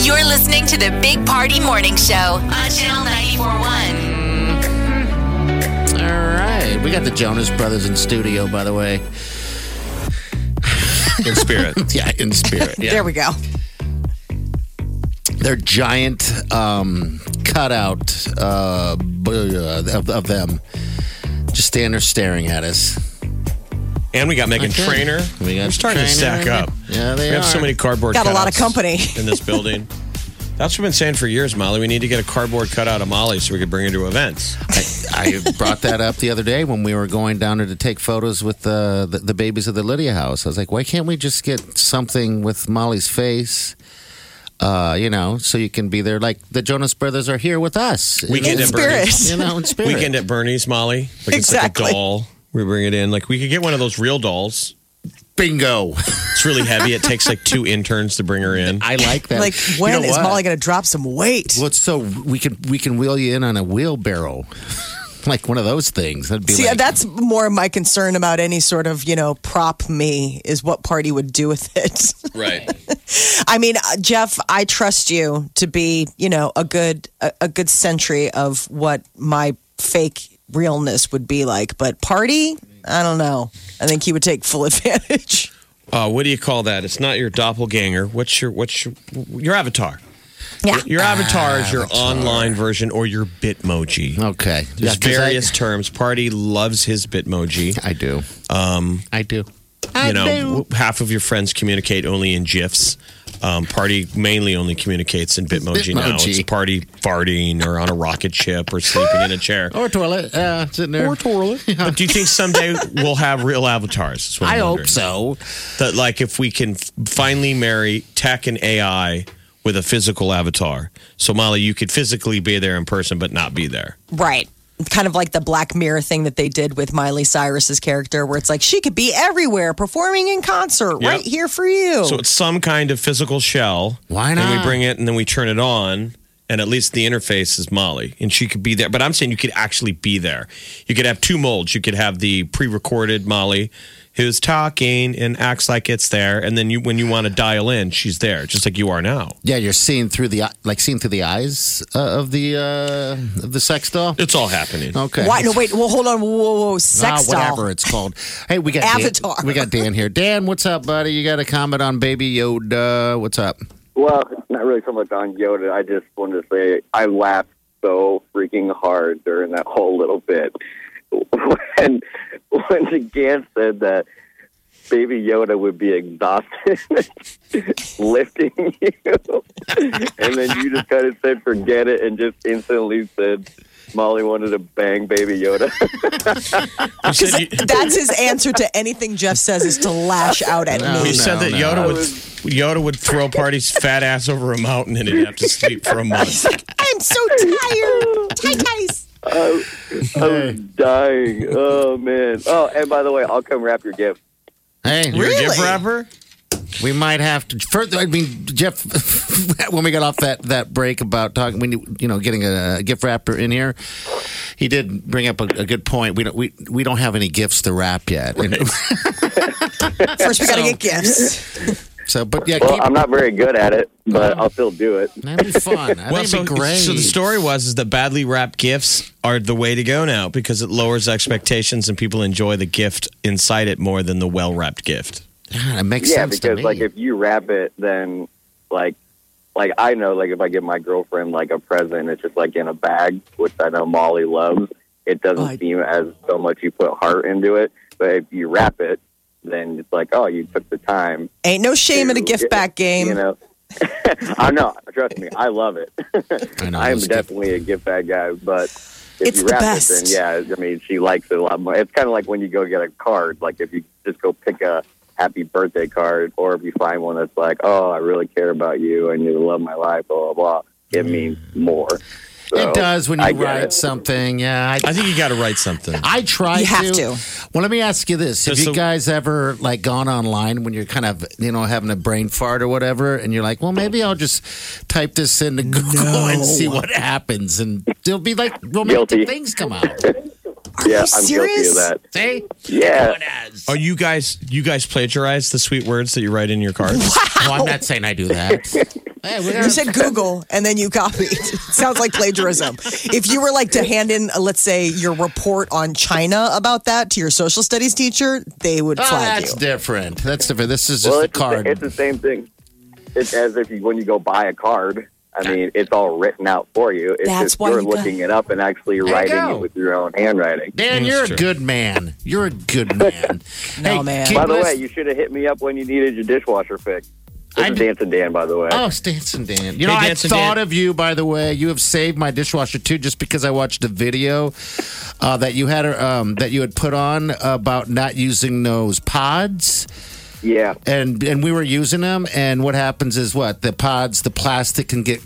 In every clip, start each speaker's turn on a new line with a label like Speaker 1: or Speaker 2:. Speaker 1: You're listening to the Big Party Morning Show on Channel 941.
Speaker 2: All right. We got the Jonas Brothers in studio, by the way.
Speaker 3: in spirit.
Speaker 2: Yeah, in spirit. Yeah.
Speaker 4: There we go.
Speaker 2: Their giant um, cutout uh, b- uh, of, of them just standing there staring at us.
Speaker 3: And we got Megan
Speaker 2: Okay.
Speaker 3: Trainer.
Speaker 2: We got
Speaker 3: are starting to
Speaker 2: Trainer.
Speaker 3: stack up.
Speaker 2: Yeah, they
Speaker 3: we have so
Speaker 2: are.
Speaker 3: many cardboard.
Speaker 4: Got a lot of
Speaker 3: cutouts
Speaker 4: company.
Speaker 3: in this building. That's what I've been saying for years, Molly. We need to get a cardboard cutout of Molly so we could bring her to events.
Speaker 2: I, I brought that up the other day when we were going down there to take photos with uh, the, the babies of the Lydia house. I was like, why can't we just get something with Molly's face? Uh, you know, so you can be there. Like the Jonas Brothers are here with us.
Speaker 3: Weekend
Speaker 2: you
Speaker 3: at
Speaker 2: know,
Speaker 3: Bernie's.
Speaker 2: you know, in spirit.
Speaker 3: Weekend at Bernie's, Molly. Like It's
Speaker 4: Exactly.
Speaker 3: like a doll. We bring it in. Like we could get one of those real dolls.
Speaker 2: bingo.
Speaker 3: It's really heavy. It takes like two interns to bring her in.
Speaker 2: I like that.
Speaker 4: Like,
Speaker 2: You
Speaker 4: when is
Speaker 2: know what?
Speaker 4: Molly going to drop some weight?
Speaker 2: Well, it's so we can we can wheel you in on a wheelbarrow, like one of those things. That'd be
Speaker 5: See,
Speaker 2: like,
Speaker 5: that's more my concern about any sort of, you know, prop me is what party would do with it.
Speaker 3: right.
Speaker 5: I mean, uh, Jeff, I trust you to be, you know, a good a, a good sentry of what my fake realness would be like, but party, I don't know. I think he would take full advantage.
Speaker 3: Uh, what do you call that? It's not your doppelganger. What's your what's your your avatar?
Speaker 6: Yeah.
Speaker 3: Your avatar
Speaker 2: Ah,
Speaker 3: is your online version or your
Speaker 2: Oh,
Speaker 3: bitmoji.
Speaker 2: okay.
Speaker 3: There's
Speaker 2: 'cause I-
Speaker 3: various terms. Party loves his Bitmoji.
Speaker 2: I, do.
Speaker 3: Um,
Speaker 2: I do.
Speaker 3: you know, w- half of your friends communicate only in GIFs. Um, party mainly only communicates in Bitmoji, now.
Speaker 2: Bitmoji.
Speaker 3: It's party farting or on a rocket ship or sleeping in a chair.
Speaker 2: Or toilet. Uh, sitting there. Or toilet.
Speaker 3: Oh, But do you think someday we'll have real avatars? Is what I'm
Speaker 2: I hope
Speaker 3: wondering.
Speaker 2: so.
Speaker 3: That like if we can f- finally marry tech and AI with a physical avatar. So Molly, you could physically be there in person, but not be there.
Speaker 5: Right. Kind of like the Black Mirror thing that they did with Miley Cyrus's character, where it's like she could be everywhere performing in concert
Speaker 3: Yep.
Speaker 5: right here for you.
Speaker 3: So it's some kind of physical shell.
Speaker 2: Why
Speaker 3: And we
Speaker 2: not?
Speaker 3: bring it and then we turn it on. And at least the interface is Molly, and she could be there. But I'm saying you could actually be there. You could have two molds. You could have the pre-recorded Molly, who's talking and acts like it's there, and then you, when you want to dial in, she's there, just like you are now.
Speaker 2: Yeah, you're seeing through the eye- like seeing through the eyes uh, of the uh, of the sex doll.
Speaker 3: It's all happening.
Speaker 2: Okay.
Speaker 5: Why? No, wait. Well, hold on. Whoa, whoa, whoa. Sex
Speaker 2: ah,
Speaker 5: doll.
Speaker 2: whatever it's called. Hey, we got Dan-
Speaker 5: Avatar.
Speaker 2: we got Dan here. Dan, what's up, buddy? You got a comment on Baby Yoda? What's up?
Speaker 7: Well, it's not really so much on Yoda. I just wanted to say I laughed so freaking hard during that whole little bit when when the Gant said that Baby Yoda would be exhausted lifting you, and then you just kind of said forget it and just instantly said Molly wanted to bang Baby Yoda.
Speaker 3: You said, you-
Speaker 5: That's his answer to anything Jeff says is to lash out at
Speaker 2: No,
Speaker 5: me.
Speaker 3: you said
Speaker 2: no,
Speaker 3: that
Speaker 2: no.
Speaker 3: Yoda would Yoda would throw parties fat ass over a mountain and he'd have to sleep for a month.
Speaker 5: I'm so tired. Tight ties.
Speaker 7: I, I was dying. Oh man. Oh, and by the way, I'll come wrap your gift.
Speaker 2: Hey,
Speaker 3: You're a gift wrapper.
Speaker 2: We might have to further. I mean, Jeff, when we got off that, that break about talking, when you you know getting a, gift wrapper in here, he did bring up a, a good point. We don't we, we don't have any gifts to wrap yet. And
Speaker 5: First, we gotta get gifts.
Speaker 2: so, but yeah,
Speaker 7: Well, uh,
Speaker 2: keep,
Speaker 7: I'm not very good at it, but I'll still do it.
Speaker 2: that'd be fun. I
Speaker 3: Well,
Speaker 2: think
Speaker 3: so,
Speaker 2: it'd be great.
Speaker 3: so the story was is that badly wrapped gifts are the way to go now because it lowers expectations and people enjoy the gift inside it more than the well wrapped gift.
Speaker 2: God, it makes
Speaker 7: Yeah,
Speaker 2: sense to
Speaker 7: because
Speaker 2: me.
Speaker 7: like if you wrap it, then like like I know like if I give my girlfriend like a present, it's just like in a bag, which I know Molly loves. It doesn't
Speaker 5: Right.
Speaker 7: seem as so much you put heart into it, but if you wrap it, then it's like oh, you took the time.
Speaker 5: Ain't no shame in a
Speaker 7: to-
Speaker 5: gift back game.
Speaker 7: You know. I know. Trust me, I love it.
Speaker 2: I know,
Speaker 7: I am
Speaker 2: those gift-
Speaker 7: definitely a gift bag guy, but if
Speaker 5: It's
Speaker 7: you
Speaker 5: the
Speaker 7: wrap
Speaker 5: best.
Speaker 7: it, then yeah, I mean, she likes it a lot more. It's kind of like when you go get a card. Like if you just go pick a happy birthday card, or if you find one that's like, oh, I really care about you and you love my life, blah blah blah, it means
Speaker 5: Mm.
Speaker 7: more. So,
Speaker 2: it does when you
Speaker 7: I get
Speaker 2: write
Speaker 7: it.
Speaker 2: something. Yeah, I,
Speaker 3: I think you got to write something.
Speaker 2: I try
Speaker 5: You have to.
Speaker 2: Well, let me ask you this: Have
Speaker 3: Just
Speaker 2: you
Speaker 3: so-
Speaker 2: guys ever like gone online when you're kind of you know having a brain fart or whatever, and you're like, well, maybe I'll just type this into Google and see what happens, and there'll be like romantic
Speaker 7: Guilty.
Speaker 2: things come out.
Speaker 5: Are
Speaker 7: yeah,
Speaker 5: you
Speaker 7: I'm guilty
Speaker 5: serious?
Speaker 7: of that.
Speaker 2: See?
Speaker 7: Yeah,
Speaker 3: Are Oh, you guys you guys plagiarize the sweet words that you write in your cards?
Speaker 2: Well, I'm not saying I do that. Hey, we
Speaker 5: You
Speaker 2: are-
Speaker 5: said Google and then you copied. Sounds like plagiarism. If you were like to hand in, uh, let's say, your report on China about that to your social studies teacher, they would
Speaker 2: Oh,
Speaker 5: flag
Speaker 2: that's
Speaker 5: you.
Speaker 2: different. That's different. This is just
Speaker 7: well,
Speaker 2: a
Speaker 7: it's,
Speaker 2: card.
Speaker 7: The, it's the same thing. It's as if you, when you go buy a card. I mean, it's all written out for you. It's
Speaker 5: That's
Speaker 7: just
Speaker 5: why
Speaker 7: you're
Speaker 5: you got-
Speaker 7: looking it up and actually
Speaker 2: you
Speaker 7: writing
Speaker 2: go.
Speaker 7: it with your own handwriting.
Speaker 2: Dan,
Speaker 3: That's
Speaker 2: you're a
Speaker 3: true.
Speaker 2: good man. You're a good man.
Speaker 5: No,
Speaker 2: Hey,
Speaker 5: man.
Speaker 2: keep
Speaker 7: By the way,
Speaker 2: list-
Speaker 7: you should have hit me up when you needed your dishwasher fixed. This
Speaker 2: I
Speaker 7: is
Speaker 2: d-
Speaker 7: Dancing Dan, by the way.
Speaker 2: Oh, Stanson Dan. You
Speaker 3: Hey,
Speaker 2: know, I
Speaker 3: Dancing
Speaker 2: thought
Speaker 3: Dan.
Speaker 2: of you, by the way. You have saved my dishwasher too, just because I watched a video uh, that you had um, that you had put on about not using those pods,
Speaker 7: Yeah.
Speaker 2: and and we were using them. And what happens is what the pods, the plastic can get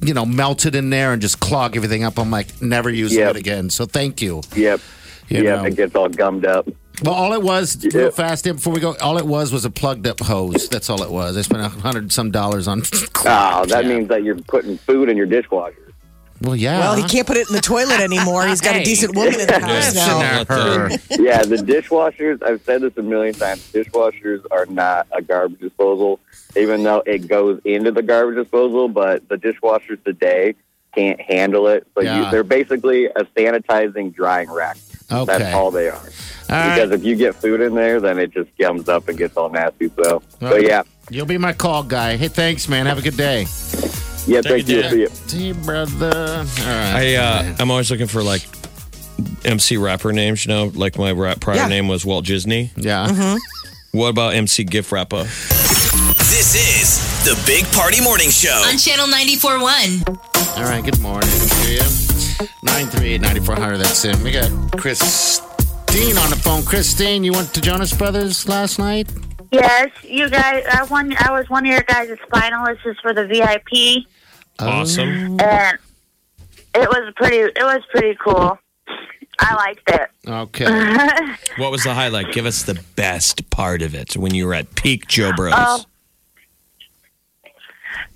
Speaker 2: you know melted in there and just clog everything up. I'm like, never using it
Speaker 7: Yep.
Speaker 2: again. So thank you.
Speaker 7: Yep.
Speaker 2: You
Speaker 7: yep.
Speaker 2: know.
Speaker 7: It gets all gummed up.
Speaker 2: Well, all it was, real
Speaker 7: Yeah.
Speaker 2: fast Dan, before we go, all it was was a plugged up hose. That's all it was. I spent a hundred some dollars on.
Speaker 7: Oh, that
Speaker 2: Yeah.
Speaker 7: means that you're putting food in your dishwasher.
Speaker 2: Well, yeah.
Speaker 5: Well, he can't put it in the toilet anymore. He's got
Speaker 2: uh-huh. Hey.
Speaker 5: a decent woman in the house
Speaker 2: Listen
Speaker 5: now.
Speaker 2: at her.
Speaker 7: yeah, the dishwashers, I've said this a million times, dishwashers are not a garbage disposal, even though it goes into the garbage disposal, but the dishwashers today can't handle it. So
Speaker 2: Yeah.
Speaker 7: you, they're basically a sanitizing drying rack.
Speaker 2: Okay.
Speaker 7: That's all they are.
Speaker 2: All
Speaker 7: because
Speaker 2: right.
Speaker 7: if you get food in there, then it just gums up and gets all nasty. So, so
Speaker 2: right.
Speaker 7: yeah.
Speaker 2: You'll be my call guy. Hey, thanks, man. Have a good day.
Speaker 7: Yeah,
Speaker 3: Thank
Speaker 7: thank
Speaker 3: you,
Speaker 7: you.
Speaker 3: Dan.
Speaker 7: See you.
Speaker 2: See you, brother. All right.
Speaker 3: I uh, I'm always looking for like MC rapper names. You know, like my rap prior
Speaker 5: Yeah.
Speaker 3: name was Walt Disney.
Speaker 2: yeah.
Speaker 3: What about MC Gift Rapper?
Speaker 8: This is the Big Party Morning Show.
Speaker 1: On Channel 94.1.
Speaker 2: All right. Good morning to you. 938-9400, That's it. We got Christine on the phone. Christine, you went to Jonas Brothers last night?
Speaker 9: Yes, you guys. I won. I was one of your guys' finalists for the VIP,
Speaker 3: Oh. Awesome.
Speaker 9: and it was pretty. It was pretty cool. I liked it.
Speaker 2: Okay.
Speaker 3: What was the highlight? Give us the best part of it when you were at peak Joe Bros.
Speaker 9: Oh.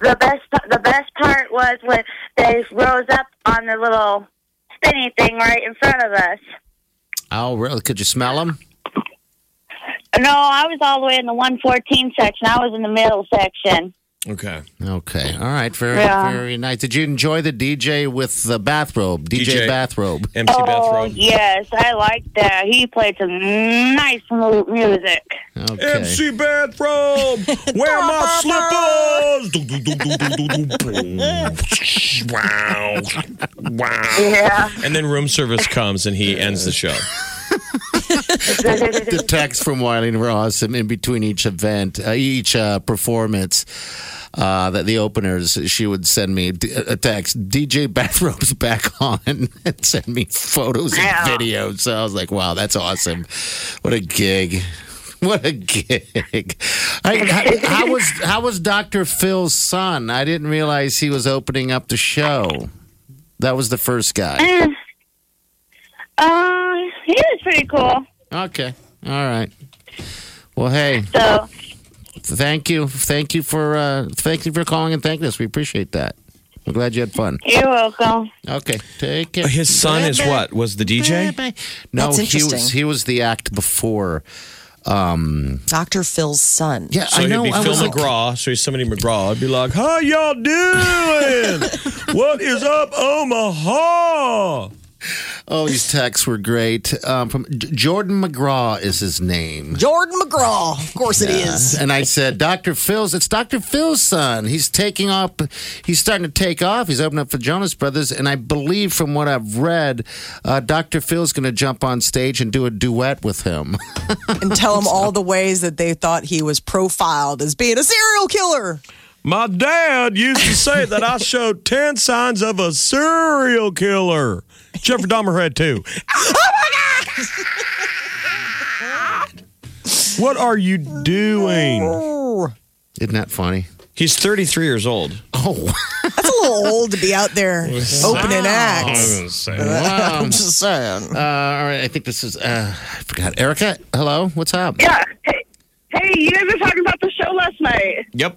Speaker 9: The best. The best part was when they rose up on the little spinny thing right in front of us.
Speaker 2: Oh, really? Could you smell them?
Speaker 9: No, I was all the way in the 114 section. I was in the middle section.
Speaker 3: Okay.
Speaker 2: Okay. All right. Very,
Speaker 9: Yeah.
Speaker 2: very nice. Did you enjoy the DJ with the bathrobe? DJ,
Speaker 3: DJ.
Speaker 2: bathrobe.
Speaker 3: MC
Speaker 9: Oh
Speaker 3: Bathrobe.
Speaker 9: yes, I liked that. He played some nice mu- music.
Speaker 2: Okay.
Speaker 3: Bathrobe, wear my slippers. Do, do, do, do, do, do, do, boom. wow, wow.
Speaker 9: Yeah.
Speaker 3: And then room service comes and he ends the show.
Speaker 2: the text from Wiley and Ross in in between each event, uh, each uh, performance, uh, that the openers, she would send me d- a text, DJ Bathrobes back on, and send me photos and
Speaker 9: Yeah.
Speaker 2: videos. So I was like, wow, that's awesome. What a gig. What a gig! I, how, how was how was Doctor Phil's son? I didn't realize he was opening up the show. That was the first guy.
Speaker 9: Uh, he was pretty cool.
Speaker 2: Okay, all right. Well, hey,
Speaker 9: So
Speaker 2: Thank you, thank you for uh, thank you for calling and thanking us. We appreciate that. I'm glad you had fun.
Speaker 9: you're welcome.
Speaker 2: Okay, take it.
Speaker 3: His son is what? Was the
Speaker 2: E
Speaker 3: DJ?
Speaker 2: No,
Speaker 5: That's
Speaker 2: he
Speaker 5: interesting.
Speaker 2: was he was the act before.
Speaker 5: Dr. Phil's son.
Speaker 2: Yeah,
Speaker 3: So
Speaker 2: I know.
Speaker 3: he'd be
Speaker 2: I
Speaker 3: Phil
Speaker 2: was like,
Speaker 3: McGraw. So he's somebody McGraw. I'd be like, "How y'all doing? what is up, Omaha?"
Speaker 2: oh, these texts were great. Um, from J- Jordan McGraw is his name.
Speaker 5: Jordan McGraw. Of course it is.
Speaker 2: And I said, Dr. Phil's, it's Dr. Phil's son. He's taking off, he's starting to take off. He's opening up for Jonas Brothers. And I believe from what I've read, uh, Dr. Phil's going to jump on stage and do a duet with him.
Speaker 5: And tell him all the ways that they thought he was profiled as being a serial killer.
Speaker 3: My dad used to say that I showed 10 signs of a serial killer. Jeffrey Dahmer had two. What are you
Speaker 2: Oh.
Speaker 3: doing?
Speaker 2: Isn't that funny?
Speaker 3: He's 33 years old.
Speaker 2: Oh,
Speaker 5: That's a little old to be out there opening acts.
Speaker 2: wow.
Speaker 5: I'm just saying.
Speaker 2: Uh, all right, I think this is. Uh, I forgot. Erica, hello. What's up?
Speaker 10: Yeah. Hey, hey, you guys were talking about the show last night.
Speaker 3: Yep.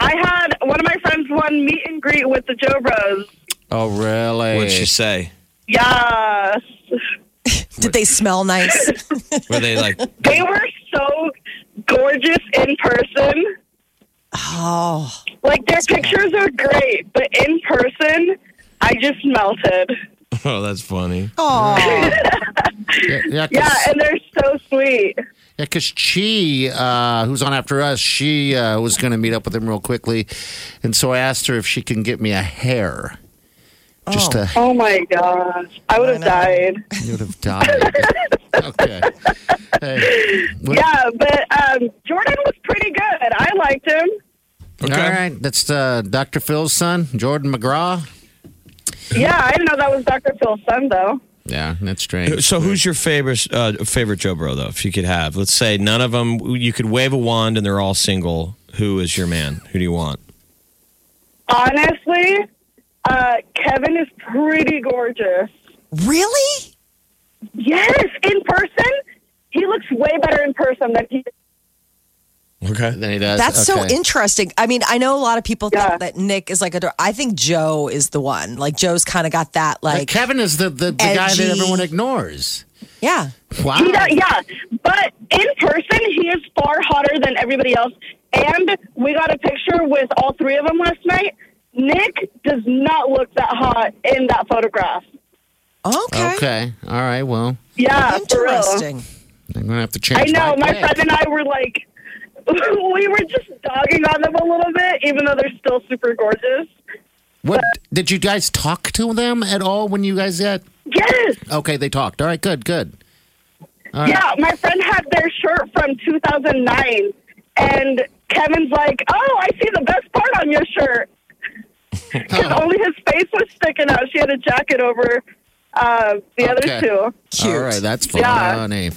Speaker 10: I had one of my friends won meet and greet with the Joe Bros.
Speaker 2: Oh, really?
Speaker 3: What'd she say?
Speaker 10: Yes.
Speaker 5: Did they smell nice?
Speaker 3: Were they like,
Speaker 10: They were so gorgeous in person.
Speaker 5: Oh,
Speaker 10: Like, their pictures are great, but in person, I just melted.
Speaker 3: oh, that's funny?
Speaker 5: oh,
Speaker 2: Yeah,
Speaker 10: Yeah,
Speaker 2: because
Speaker 10: and they're so sweet.
Speaker 2: she, uh, who's on after us, she uh, was going to meet up with him real quickly, and so I asked her if she can get me a hair. Just a,
Speaker 10: Oh my gosh. I would have died.
Speaker 2: you would have died. okay. Hey, what-
Speaker 10: Yeah, but um, Jordan was pretty good. I liked him.
Speaker 2: All right, that's uh, Dr. Phil's son, Jordan McGraw.
Speaker 10: Yeah, I didn't know that was Dr. Phil's son, though.
Speaker 2: Yeah, that's strange.
Speaker 3: So, who's your favorite uh, favorite Joe Bro though? If you could have, let's say none of them, you could wave a wand and they're all single. Who is your man? Who do you want?
Speaker 10: Honestly, uh, Kevin is pretty gorgeous.
Speaker 5: really?
Speaker 10: Yes, in person, he looks way better in person than he.
Speaker 3: Okay.
Speaker 2: Then he does.
Speaker 5: That's so
Speaker 2: okay.
Speaker 5: interesting. I mean, I know a lot of people
Speaker 10: Yeah.
Speaker 5: think that Nick is like a. dr- I think Joe is the one. Like Joe's kind of got that.
Speaker 2: But
Speaker 5: Like,
Speaker 2: Kevin is the, the, the guy that
Speaker 5: edgy-
Speaker 2: everyone ignores.
Speaker 5: yeah,
Speaker 2: Wow.
Speaker 10: He does, yeah, but in person, he is far hotter than everybody else. And we got a picture with all three of them last night. Nick does not look that hot in that photograph.
Speaker 5: okay,
Speaker 2: Okay. All right. Well,
Speaker 10: Yeah, for real.
Speaker 5: interesting.
Speaker 2: I'm gonna have to
Speaker 10: I
Speaker 2: change.
Speaker 10: know. My
Speaker 2: pick.
Speaker 10: friend and I were like, we were just dogging on them a little bit, even though they're still super gorgeous.
Speaker 2: What did you guys talk to them at all when you guys got?
Speaker 10: Yes.
Speaker 2: Okay, they talked. All right. Good. Good.
Speaker 10: Yeah, my friend had their shirt from 2009, and Kevin's like, "Oh, I see the best part on your shirt." Because only his face was sticking out. She had a jacket over uh, the
Speaker 2: Okay.
Speaker 10: other two.
Speaker 2: All right. That's funny.
Speaker 10: Yeah.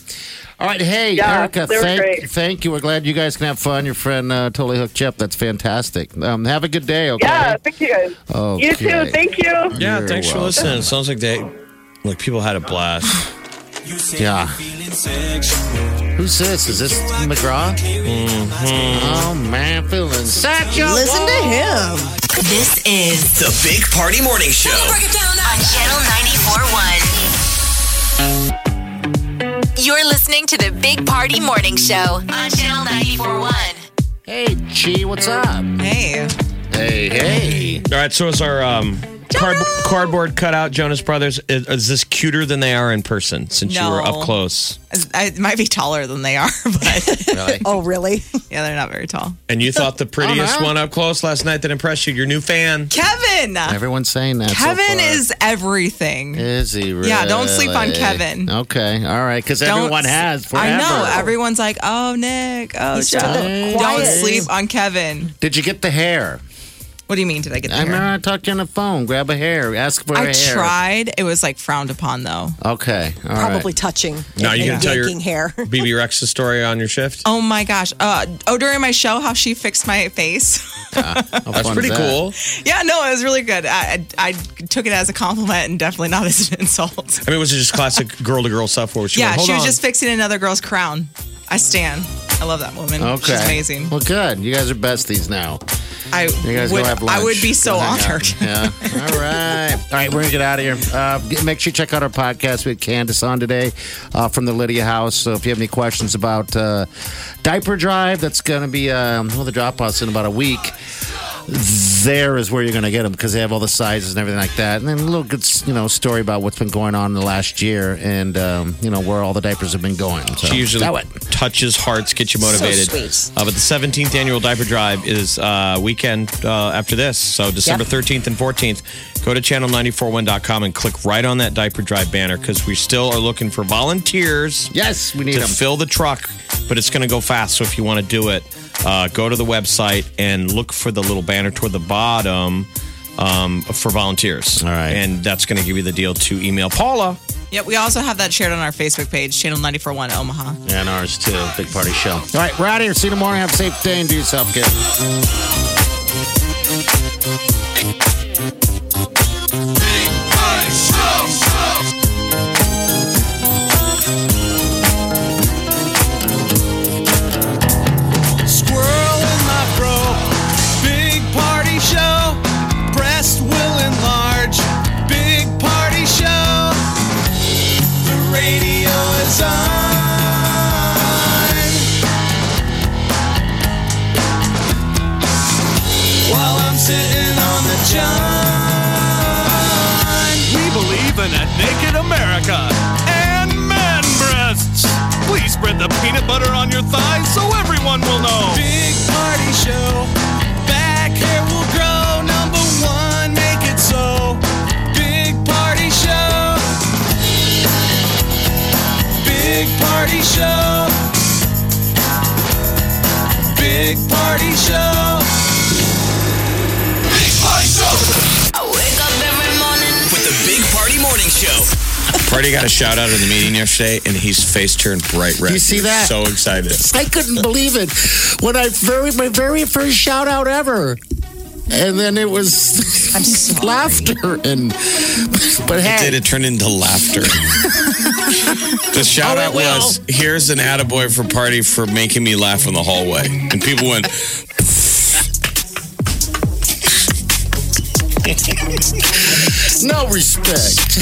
Speaker 2: All right. Hey,
Speaker 10: Yeah,
Speaker 2: Erica.
Speaker 10: they were
Speaker 2: Thank,
Speaker 10: great.
Speaker 2: thank you. We're glad you guys can have fun. Your friend uh, totally hooked you up. That's fantastic. Um, have a good day. Okay.
Speaker 10: Yeah, thank you guys. You
Speaker 2: Okay.
Speaker 10: too. Thank you.
Speaker 3: Yeah,
Speaker 2: You're
Speaker 3: thanks
Speaker 2: welcome.
Speaker 3: for listening. It sounds like they, like people had a blast.
Speaker 2: Yeah. Who's this? Is this McGraw? Oh man, feeling sexual.
Speaker 5: Mm-hmm. Listen to him.
Speaker 1: This is
Speaker 8: The Big Party Morning Show.
Speaker 1: on Channel 94.1. You're listening to the Big Party Morning Show on Channel 94.1.
Speaker 2: Hey, Chi, what's up?
Speaker 5: Hey,
Speaker 2: Hey, hey.
Speaker 3: All right, so is our um, card- cardboard cutout Jonas Brothers? Is, is this cuter than they are in person? Since you were
Speaker 11: No.
Speaker 3: up close,
Speaker 11: I it might be taller than they are, but
Speaker 2: Really?
Speaker 5: oh really?
Speaker 11: yeah, they're not very tall.
Speaker 3: and you thought the prettiest
Speaker 2: Uh-huh.
Speaker 3: one up close last night that impressed you, your new fan.
Speaker 11: Kevin.
Speaker 2: Everyone's saying that. so
Speaker 11: Kevin
Speaker 2: far.
Speaker 11: is everything.
Speaker 2: Is he really?
Speaker 11: Yeah, don't sleep on Kevin.
Speaker 2: Okay, all right, because
Speaker 11: Don't
Speaker 2: everyone
Speaker 11: s-
Speaker 2: has forever.
Speaker 11: I know. Everyone's like, oh, Nick. Oh,
Speaker 5: He's still
Speaker 11: Joe.
Speaker 2: Hey.
Speaker 11: Don't
Speaker 5: quiet.
Speaker 11: sleep on Kevin.
Speaker 2: Did you get the hair?
Speaker 11: What do you mean? Did I get the
Speaker 2: I
Speaker 11: hair?
Speaker 2: remember I talked to you on the phone. Grab a hair. Ask for a
Speaker 11: I
Speaker 2: hair.
Speaker 11: tried. It was like frowned upon, though.
Speaker 2: Okay, all right.
Speaker 5: Probably touching.
Speaker 3: No,
Speaker 5: and-
Speaker 3: you
Speaker 5: and
Speaker 3: can tell your
Speaker 5: yanking hair.
Speaker 3: BB Rex's story on your shift.
Speaker 11: Oh my gosh. Uh, oh, during my show, how she fixed my face.
Speaker 2: How
Speaker 3: That's
Speaker 2: fun
Speaker 3: pretty
Speaker 2: is that?
Speaker 3: cool.
Speaker 11: yeah, no, it was really good. I, I, I took it as a compliment and definitely not as an insult.
Speaker 3: I mean, was it just classic girl to girl stuff where she
Speaker 11: yeah,
Speaker 3: went, Hold
Speaker 11: she was
Speaker 3: on.
Speaker 11: just fixing another girl's crown. I stand. I love that woman.
Speaker 2: Okay,
Speaker 11: She's amazing.
Speaker 2: Well, good. You guys are besties now.
Speaker 11: I
Speaker 2: You guys
Speaker 11: would,
Speaker 2: go have lunch.
Speaker 11: I would be so
Speaker 2: Go hang out.
Speaker 11: honored.
Speaker 2: Yeah. All right. All right. We're gonna get out of here. Uh, get- make sure you check out our podcast. We had Candace on today uh, from the Lydia House. So if you have any questions about uh, diaper drive, that's gonna be um, well the drop offs in about a week. There is where you're gonna get them because they have all the sizes and everything like that, and then a little good you know story about what's been going on in the last year and um, you know where all the diapers have been going. So
Speaker 3: She usually
Speaker 2: do it.
Speaker 3: touches hearts, gets you motivated. Uh, but the 17th annual diaper drive is uh, weekend uh, after this. So December 13th and 14th. Go to channel941.com and click right on that diaper drive banner because we still are looking for volunteers
Speaker 2: Yes, we need
Speaker 3: to
Speaker 2: them.
Speaker 3: fill the truck, but it's going to go fast. So if you want to do it, uh, go to the website and look for the little banner toward the bottom um, for volunteers. All right. And that's going to give you the deal to email Paula.
Speaker 11: Yeah, we also have that shared on our Facebook page, Channel 941 Omaha.
Speaker 2: And ours too. Big party show. All right, we're out of here. See you tomorrow. Have a safe day and do yourself good.
Speaker 12: Squirrel in my fro. Big party show. Breast will enlarge. Big party show. The radio is on. While I'm sitting on the john.
Speaker 13: We believe in a naked America and man breasts. Please spread the peanut butter on your thighs so everyone will know.
Speaker 12: Big party show. Back hair will grow. Number one, make it so. Big party show. Big party show. Big party show. Big party show.
Speaker 1: I wake up every morning.
Speaker 8: With the Big Party Morning Show.
Speaker 3: Freddie got a shout out in the meeting yesterday, and his face turned bright red.
Speaker 2: You see
Speaker 3: He was
Speaker 2: that?
Speaker 3: So excited.
Speaker 2: I couldn't believe it when I very my very first shout out ever, and then it was laughter and but
Speaker 3: It
Speaker 2: hey,
Speaker 3: did. It turned into laughter. the
Speaker 2: Oh,
Speaker 3: shout out was here's an attaboy for party for making me laugh in the hallway. And people went,
Speaker 2: no respect.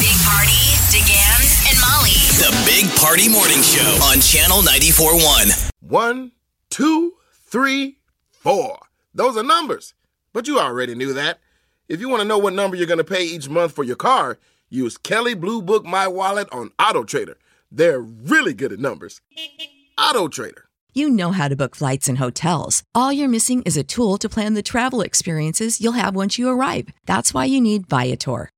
Speaker 1: Big Party, DeGan, and Molly.
Speaker 8: The Big Party Morning Show on Channel 94.1.
Speaker 14: One, two, three, four. Those are numbers, but you already knew that. If you want to know what number you're going to pay each month for your car, use Kelly Blue Book My Wallet on Auto Trader. They're really good at numbers. Auto Trader.
Speaker 15: You know how to book flights and hotels. All you're missing is a tool to plan the travel experiences you'll have once you arrive. That's why you need Viator.